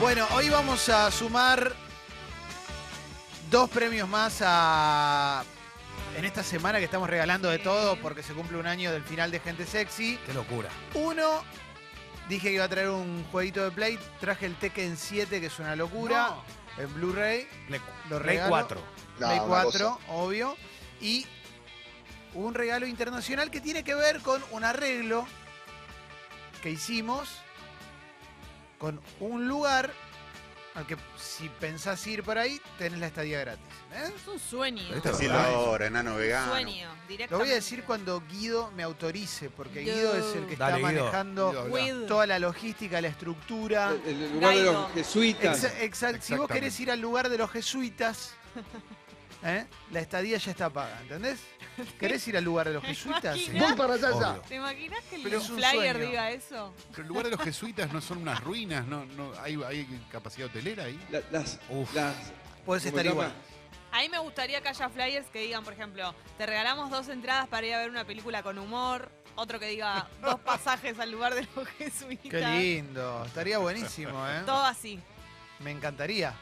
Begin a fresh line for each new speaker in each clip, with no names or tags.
Bueno, hoy vamos a sumar dos premios más a. En esta semana que estamos regalando de todo porque se cumple un año del final de Gente Sexy.
Qué locura.
Uno, dije que iba a traer un jueguito de Play. Traje el Tekken 7, que es una locura. En Blu-ray.
Play,
Lo
Play
regalo.
4.
No,
Play
una
4,
cosa.
obvio. Y un regalo internacional que tiene que ver con un arreglo que hicimos con un lugar al que si pensás ir por ahí, tenés la estadía gratis. ¿eh?
Es un sueño.
Pero
este
esta-
Decilo
Ay.
ahora, enano vegano.
Sueño, directamente.
Lo voy a decir cuando Guido me autorice, porque Guido es el que está
Dale, Guido.
manejando
With-
toda la logística, la estructura.
Eh,
El, el lugar de
Gaido.
los jesuitas.
Exa- exact- si vos
Exactamente.
querés ir al lugar de los jesuitas, ¿eh? la estadía ya está paga, ¿entendés? ¿Querés ir al lugar de los jesuitas?
Imagina.
Voy para allá ya.
Obvio.
¿Te imaginas que el
Pero es un
flyer
sueño.
diga eso?
Pero el lugar de los jesuitas no son unas ruinas, no, no hay, hay capacidad hotelera ahí.
La- las,
Uf.
las,
Podés
¿cómo
estar
se
igual.
llama?
A mí me gustaría que haya flyers que digan, por ejemplo, te regalamos dos entradas para ir a ver una película con humor. Otro que diga dos pasajes al lugar de los jesuitas.
Qué lindo, estaría buenísimo, ¿eh?
Todo así.
Me encantaría.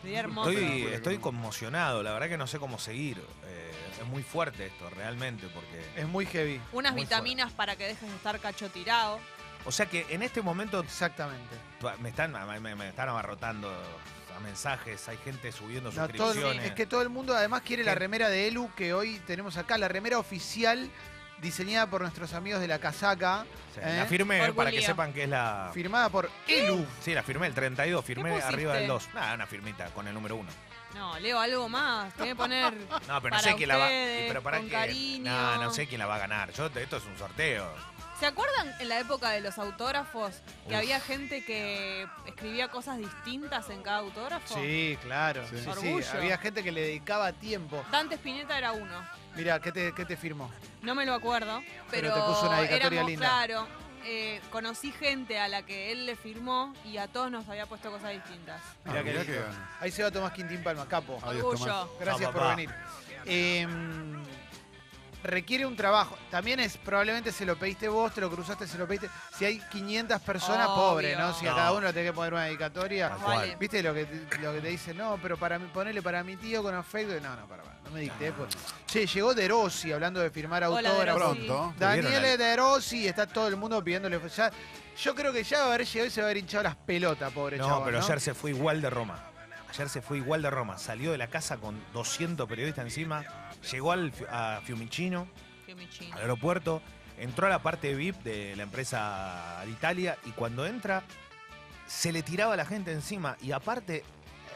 Sería hermoso.
Estoy, estoy conmocionado, la verdad que no sé cómo seguir. Eh, es muy fuerte esto, realmente, porque...
Es muy heavy,
Unas
Muy
vitaminas para que dejes de estar cachotirado.
O sea que en este momento
exactamente.
tu- me están, me, me están abarrotando a mensajes, hay gente subiendo
No, todo el-
suscripciones.
es que todo el mundo además quiere la
¿Qué?
remera de Elu que hoy tenemos acá, la remera oficial diseñada por nuestros amigos de la casaca,
Sí, La
¿eh?
firmé
Por
para que
Julio.
sepan que es la...
firmada por E- Elu.
Sí, la firmé el 32, firmé
pusiste?
arriba del 2. Nada, una firmita con el número 1.
No, leo algo más. Te voy a poner.
No, pero
Para
no sé quién la va.
ustedes,
Pero para
con
que.
cariño.
No, no sé quién la va a ganar. Yo, esto es un sorteo.
¿Se acuerdan en la época de los autógrafos que
Uf.
había gente que escribía cosas distintas en cada autógrafo?
Sí, claro.
Sí.
Sí, sí.
Oh. Orgullo.
Había gente que le dedicaba tiempo.
Dante Spinetta era uno.
Mira, ¿qué te, qué te firmó?
No me lo acuerdo,
Pero
pero,
te puso una dedicatoria
éramos,
linda.
claro, eh, conocí gente a la que él le firmó y a todos nos había puesto cosas distintas.
Ah,
Mirá qué
mirá que
lindo.
gana.
Ahí se va Tomás Quintín Palma, capo.
Adiós, Tomás.
Orgullo.
Gracias
Ah,
por
papá.
venir. Eh, requiere un trabajo. También es, probablemente se lo pediste vos, te lo cruzaste, se lo pediste. Si hay 500 personas,
Obvio.
pobre, ¿no? Si a
No.
cada uno le tenés que poner una dedicatoria.
Tal
Vale.
cual.
¿Viste lo que, te- lo que te dice? No, pero para mí, ponele para mi tío con afecto. No, no, para, para, no me dicté. Pues. Che, llegó De Rossi hablando de firmar
Hola, De
autógrafos.
Rossi.
Pronto.
Daniele De Rossi, está todo el mundo pidiéndole. ya- yo creo que ya va a haber llegado y se va a haber hinchado las pelotas, pobre
No,
chabón,
pero
¿no?
ayer se fue igual de Roma. Ayer se fue igual de Roma. Salió de la casa con 200 periodistas encima. Llegó al, Fiu- a Fiumicino,
Qué michín.
al aeropuerto. Entró a la parte VIP de la empresa de Italia. Y cuando entra, se le tiraba a la gente encima. Y aparte. eh,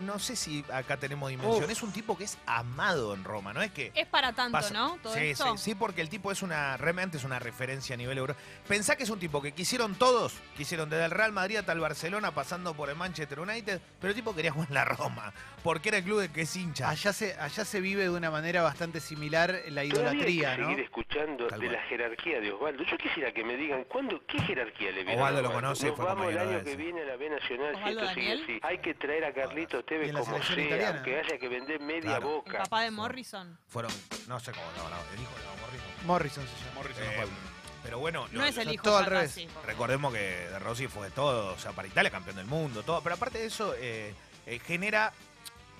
No sé si acá tenemos dimensión. Es un tipo que es amado en Roma, ¿no? Es que
Es para tanto,
Pasa-
¿no? Todo
sí,
esto.
sí, sí, porque el tipo es una, realmente es una referencia a nivel euro. Pensá que es un tipo que quisieron todos, quisieron desde el Real Madrid hasta el Barcelona, pasando por el Manchester United, pero el tipo quería jugar en la Roma, porque era el club de que es hincha.
Allá se, allá se vive de una manera bastante similar la idolatría,
Todavía
¿no?
hay que seguir escuchando
Tal
de
cual.
la jerarquía de Osvaldo. Yo quisiera que me digan, ¿cuándo, ¿qué jerarquía le viene
Osvaldo
a
lo conoce,
Nos
fue
vamos el
compañero de
año
él,
que
sí.
viene a la B Nacional, si
¿Osvaldo
esto sigue
Daniel?
así. Hay que traer a Carlitos
Y
Tevez
en la
como sea,
selección italiana.
aunque haya que vender media
Claro.
El
boca.
papá de Morrison.
Fueron, no sé cómo, no, no, el hijo, no, Morrison.
Morrison se llama.
Morrison
Eh,
Osvaldo.
pero bueno,
No
lo-
es el
no,
hijo.
todo
ya
al revés.
casi.
Recordemos que De Rossi fue de todo, o sea, para Italia campeón del mundo, todo. Pero aparte de eso, eh, eh, genera,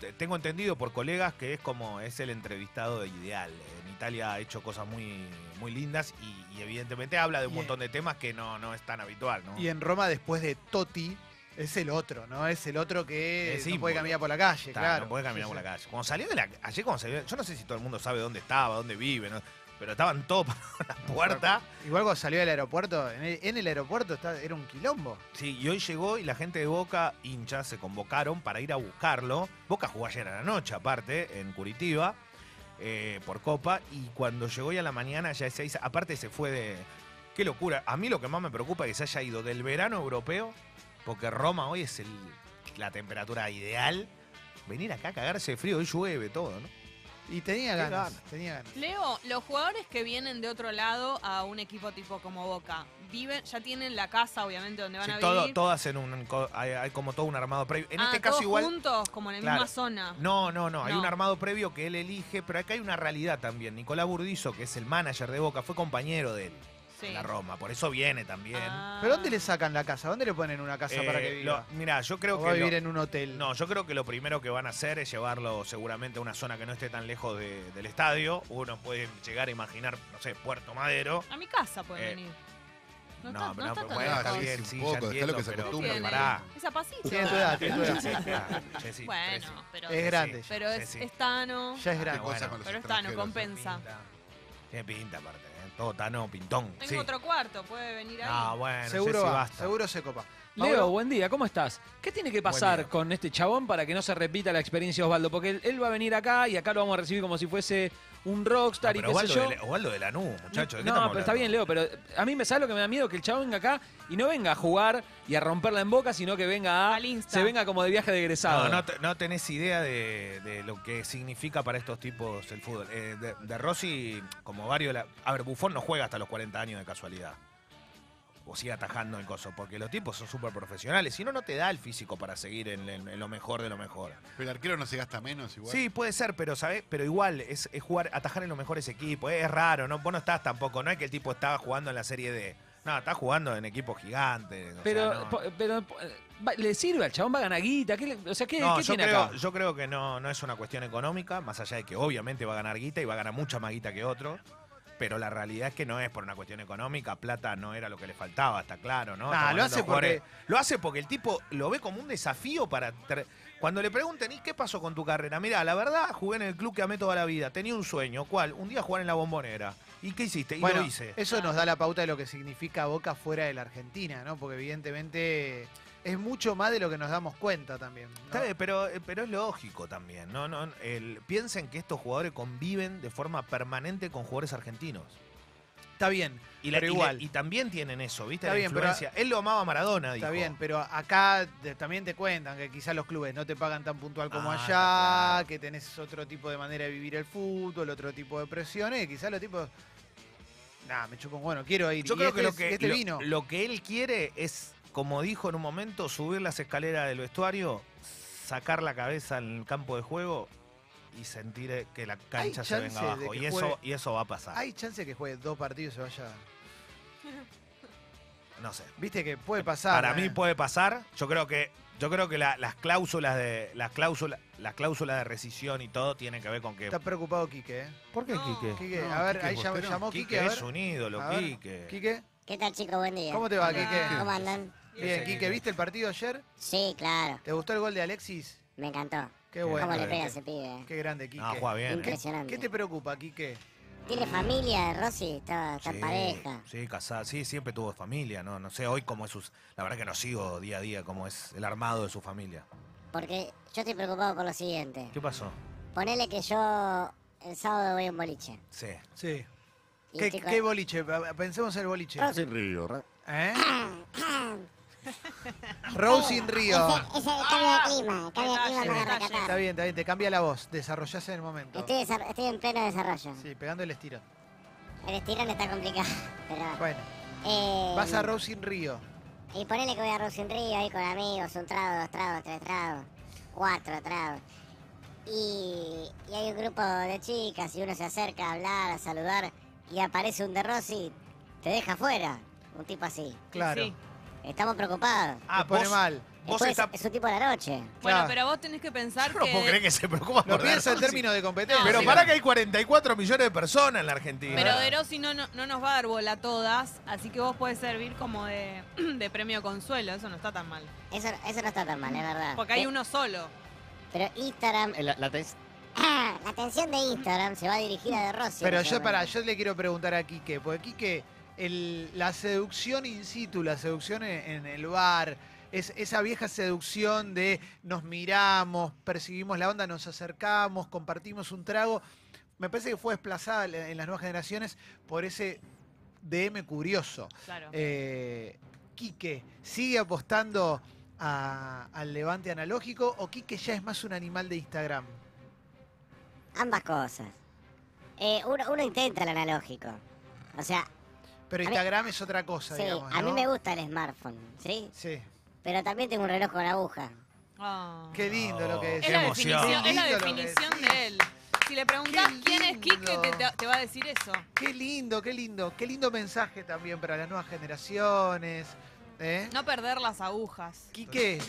te- tengo entendido por colegas que es como, es el entrevistado ideal. En Italia ha hecho cosas muy, muy lindas y, y evidentemente habla de un
Y, eh,
montón de temas que no, no es tan habitual, ¿no?
Y en Roma, después de Totti, es el otro, ¿no? Es el otro que
Es
no
ímbolo.
puede caminar por la calle,
Está,
claro.
No puede caminar
Sí,
por la
sí.
calle. Cuando salió de la, ayer cuando salió, yo no sé si todo el mundo sabe dónde estaba, dónde vive, ¿no? pero estaban todos para la puerta.
Igual cuando salió del aeropuerto, en el, en el aeropuerto está- era un quilombo.
Sí, y hoy llegó y la gente de Boca, hinchas, se convocaron para ir a buscarlo. Boca jugó ayer a la noche, aparte, en Curitiba, eh, por Copa, y cuando llegó ya a la mañana ya se hizo, aparte se fue de... Qué locura. A mí lo que más me preocupa es que se haya ido del verano europeo, porque Roma hoy es el- la temperatura ideal. Venir acá a cagarse de frío, hoy llueve todo, ¿no?
Y tenía
Qué
ganas,
ganas.
tenía ganas.
Leo, los jugadores que vienen de otro lado a un equipo tipo como Boca, viven, ya tienen la casa, obviamente, donde van
Sí,
a
todo-
vivir.
todas en un... co- Hay, hay como todo un armado previo. En
Ah,
este caso
todos
igual...
juntos, como en la
Claro.
misma zona.
No, no, no. Hay
No.
un armado previo que él elige, pero acá hay una realidad también. Nicolás Burdizo, que es el manager de Boca, fue compañero de él.
Sí.
la Roma. Por eso viene también.
Ah.
¿Pero dónde le sacan la casa? ¿Dónde le ponen una casa para que
Eh, lo-
viva?
mirá, yo creo
¿O
que.
va a
lo-
vivir en un hotel?
No, yo creo que lo primero que van a hacer es llevarlo seguramente a una zona que no esté tan lejos de- del estadio. Uno puede llegar a imaginar, no sé, Puerto Madero.
A mi casa pueden
Eh,
venir.
No, pero
está-
no,
está
pero
tan
bueno,
lejos.
está
está bien,
Sí,
sí,
un poco,
ya
dejá
entiendo,
lo que se
pero,
acostumbre,
pero
Tiene-
pará.
Esa pasita.
Tiene tu edad, tiene tu edad.
Sí, pará, Jessy, Jessy,
Bueno, pero,
Es grande. ya.
pero es,
Sí, sí.
es Tano.
Ya es
Ah,
grande.
bueno.
Pero está, no
Tiene
compensa.
pinta. Tiene pinta aparte, ¿eh? todo tano, pintón.
Tengo
sí.
otro cuarto, puede venir ahí.
Ah, bueno,
seguro
Jessy,
va,
basta.
seguro se copa.
Leo,
Mauro,
buen día, ¿cómo estás? ¿Qué tiene que pasar
día.
con este chabón para que no se repita la experiencia de Osvaldo? Porque él, él va a venir acá y acá lo vamos a recibir como si fuese un
Ah,
rockstar y
pero
qué sé
Osvaldo
yo.
de, la- Osvaldo de Lanús, muchachos.
no, pero está bien, Leo, pero a mí me sabe lo que me da miedo que el chavo venga acá y no venga a jugar y a romperla en boca, sino que venga a.
Al Insta.
Se venga como de viaje de egresado.
No, no, te- no tenés idea de, de lo que significa para estos tipos el fútbol. Eh, de, de Rossi, como varios. de la- a ver, Bufón no juega hasta los 40 años de casualidad. O sigue atajando el coso, porque los tipos son súper profesionales. Si no, no te da el físico para seguir en, en- en lo mejor de lo mejor.
Pero el arquero no se gasta menos igual.
Sí, puede ser, pero ¿sabés? pero igual es, es jugar, atajar en los mejores equipos. Es raro, ¿no? vos no estás tampoco. No es que el tipo estaba jugando en la Serie D. No, está jugando en equipos gigantes. o
Pero,
sea, no.
po- pero po- eh, va- le sirve al chabón, va a ganar guita. ¿qué le- o sea, ¿qué,
No,
qué
yo,
tiene
creo,
acá?
yo creo que no, no es una cuestión económica, más allá de que obviamente va a ganar guita y va a ganar mucha más guita que otro. Pero la realidad es que no es por una cuestión económica, plata no era lo que le faltaba, está claro, ¿no?
Nah,
Estamos
lo
hablando de
hace porque-
jugadores- Lo hace porque el tipo lo ve como un desafío para. tra- Cuando le pregunten, ¿y qué pasó con tu carrera? Mira, la verdad, jugué en el club que amé toda la vida. Tenía un sueño, ¿cuál? Un día jugar en la bombonera. ¿Y qué hiciste? Y
bueno,
lo hice.
eso nos da la pauta de lo que significa Boca fuera de la Argentina, ¿no? Porque evidentemente es mucho más de lo que nos damos cuenta también. ¿no?
Está bien, pero, eh, pero es lógico también, ¿no? no el- piensen que estos jugadores conviven de forma permanente con jugadores argentinos.
Está bien,
Y, la-
Pero
y la-
igual.
y también tienen eso, ¿viste?
Está
la
bien, pero-
influencia. Él lo amaba a Maradona, dijo.
está bien, pero acá te- también te cuentan que quizás los clubes no te pagan tan puntual como
Ah,
allá,
está claro.
que tenés otro tipo de manera de vivir el fútbol, otro tipo de presiones, que quizás los tipos... Nah, me chupo, bueno, quiero ir.
Yo
Y
creo
este
que, lo
es-
que,
y este
lo-
vino.
lo que él quiere es, como dijo en un momento, subir las escaleras del vestuario, sacar la cabeza en el campo de juego y sentir eh, que la cancha se venga
chances de
abajo.
que
Y
juegue-
eso, y eso va a pasar.
Hay chance que juegue dos partidos y se vaya...
No sé.
Viste que puede pasar.
Para
¿eh?
mí puede pasar. Yo creo que, yo creo que la- las cláusulas de. Las cláusulas, las cláusulas de rescisión y todo tienen que ver con que.
Está preocupado Quique, ¿eh?
¿Por
qué, No. Quique?
Quique,
No,
a ver,
Quique
ahí llamó,
Bosterón.
llamó Quique,
Quique
a
es
ver.
un ídolo,
A ver.
Quique.
Quique,
¿Qué tal, chicos? Buen día.
¿cómo te va,
Hola.
Quique?
¿Cómo andan?
Bien, Quique, ¿viste el partido ayer?
Sí, claro.
¿Te gustó el gol de Alexis?
Me encantó.
Qué bueno.
¿Cómo le
Excelente.
pega ese pibe?
Qué grande, Quique.
No, juega bien.
¿Qué,
eh.
Impresionante.
qué te preocupa, Quique?
Tiene familia, Rossi. Está, está en
Sí,
pareja.
Sí, casada, sí, siempre tuvo familia, ¿no? No sé, hoy cómo es sus. La verdad que no sigo día a día cómo es el armado de su familia.
Porque yo estoy preocupado por lo siguiente.
¿Qué pasó?
Ponele que yo el sábado voy a un boliche.
Sí.
Sí.
Y
¿Qué,
estoy con-
qué boliche? Pa- Pensemos en el boliche.
Rosy
¿Eh? Rose in Río. Ah,
Ese, ese cambio de clima. el cambio de clima
Detalle,
me
detalle.
va a
Está
recatar.
bien, está bien, te cambia la voz. Desarrollás en el momento.
Estoy, desa- estoy en pleno desarrollo.
Sí, pegando el estirón.
El estirón está complicado. Pero,
Bueno,
eh,
vas a Rose in Río.
Y ponele que voy a Rosy en Río ahí con amigos, un trago, dos tragos, tres tragos, cuatro tragos. Y, y hay un grupo de chicas y uno se acerca a hablar, a saludar y aparece un de Rossi, te deja fuera, un tipo así.
Claro.
Sí.
Estamos preocupados.
Te pone mal.
vos
Después
estás.
es un tipo de la noche.
Bueno,
Claro.
pero vos tenés que pensar
Yo no
que.
puedo creer que se preocupa
Lo
por
piensa en
Derossi.
términos de competencia.
Pero
Sí.
para que hay 44 millones de personas en la Argentina. Ah.
Pero De Rossi no, no, no nos va a dar bola a todas, así que vos podés servir como de, de premio consuelo, eso no está tan mal.
Eso, eso no está tan mal, es
Ah,
verdad.
Porque hay
eh.
Pe-
uno solo.
Pero Instagram,
Eh, La, la tens-
la atención de Instagram se va dirigida a de Rossi. en
Pero
ese
yo, para,
momento.
yo le quiero preguntar a Quique, porque Quique, el- la seducción in situ, la seducción en, en el bar, es, esa vieja seducción de nos miramos, percibimos la onda, nos acercamos, compartimos un trago, me parece que fue desplazada en en las nuevas generaciones por ese DM curioso.
Claro.
Eh, Quique, ¿sigue apostando a- al levante analógico o Quique ya es más un animal de Instagram?
Ambas cosas. Eh, uno, uno intenta el analógico. O sea,
Pero
A mí-
Instagram es otra cosa,
Sí,
digamos.
a mí
¿no?
me gusta el smartphone, ¿sí?
Sí.
Pero también tengo un reloj con aguja.
Ah.
Qué lindo lo que
Es
es.
Es la
emoción.
definición, es
Lindo
la
lo que
definición
decís.
de él. Si le preguntás
Qué
quién es Quique,
lindo.
te, te- te va a decir eso.
Qué lindo, qué lindo. Qué lindo mensaje también para las nuevas generaciones. ¿eh?
No perder las agujas.
Quique.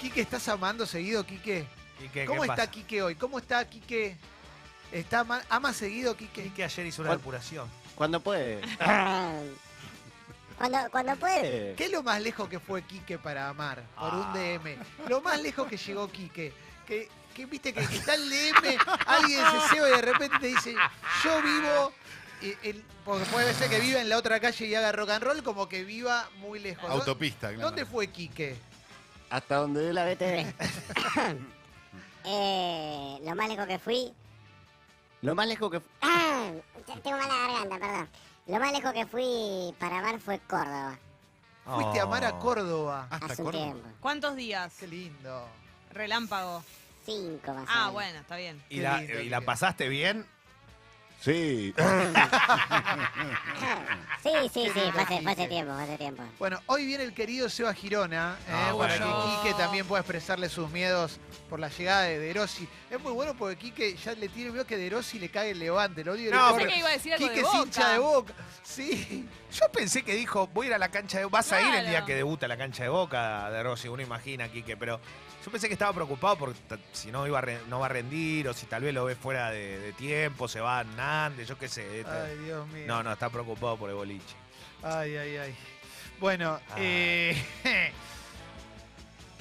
Quique, ¿estás amando seguido, Quique?
¿Y qué,
¿Cómo
qué
está
pasa?
Quique hoy? ¿Cómo está Quique? ¿Está ama, ama seguido, Quique?
Y que ayer hizo una
¿Cuál?
depuración.
Cuando puede.
Cuando, cuando puede.
Eh,
¿Qué es lo más lejos que fue Quique para amar? Por
Ah.
un DM. Lo más lejos que llegó Quique. Que, que viste que, que está el DM, alguien se ceba y de repente te dice, yo vivo. y- el- porque puede ser que viva en la otra calle y haga rock and roll, como que viva muy lejos. ¿Dó-
Autopista, claro.
¿Dónde fue Quique?
Hasta donde dé la BTV.
Eh, lo más lejos que fui.
Lo más lejos que. fu-
Tengo mala garganta, perdón. Lo más lejos que fui para amar fue Córdoba.
Fuiste a amar a
Oh.
Córdoba.
Hasta
hace un
Córdoba.
tiempo.
¿Cuántos días?
Qué lindo.
Relámpago.
Cinco más o
Ah,
menos.
bueno, está bien.
¿Y
Qué
la,
lindo,
y la
Quique.
pasaste bien?
Sí.
Sí, sí, sí, fue hace, fue hace tiempo, fue hace tiempo.
Bueno, hoy viene el querido Seba Girona, ¿eh?
Ah,
para
bueno.
que Quique también pueda expresarle sus miedos por la llegada de De Rossi. Es muy bueno porque Quique ya le tiene veo que De Rossi le cae el levante, lo odio. y le
No,
corre.
Pensé que iba a decir algo
Quique
de
es
boca.
hincha de boca. Sí.
Yo pensé que dijo, voy a ir a la cancha de Vas a ir el día
Claro.
que debuta la cancha de Boca de Rossi, uno imagina, Quique, pero yo pensé que estaba preocupado porque ta- si no iba a re- no va a rendir, o si tal vez lo ve fuera de, de tiempo, se va a Hernández, yo qué sé. Esta-
Ay, Dios mío.
no, no, está preocupado por el boliche.
Ay, ay, ay. Bueno,
Ah.
eh,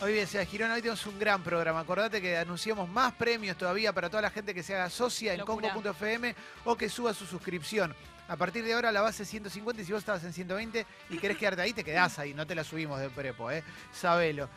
hoy bien, Seba Girona, hoy tenemos un gran programa. Acordate que anunciamos más premios todavía para toda la gente que se haga socia en
Locura.
congo.fm o que suba su suscripción. A partir de ahora la base es 150 y si vos estabas en 120 y querés quedarte ahí, te quedás ahí, no te la subimos de prepo, ¿eh? Sabelo.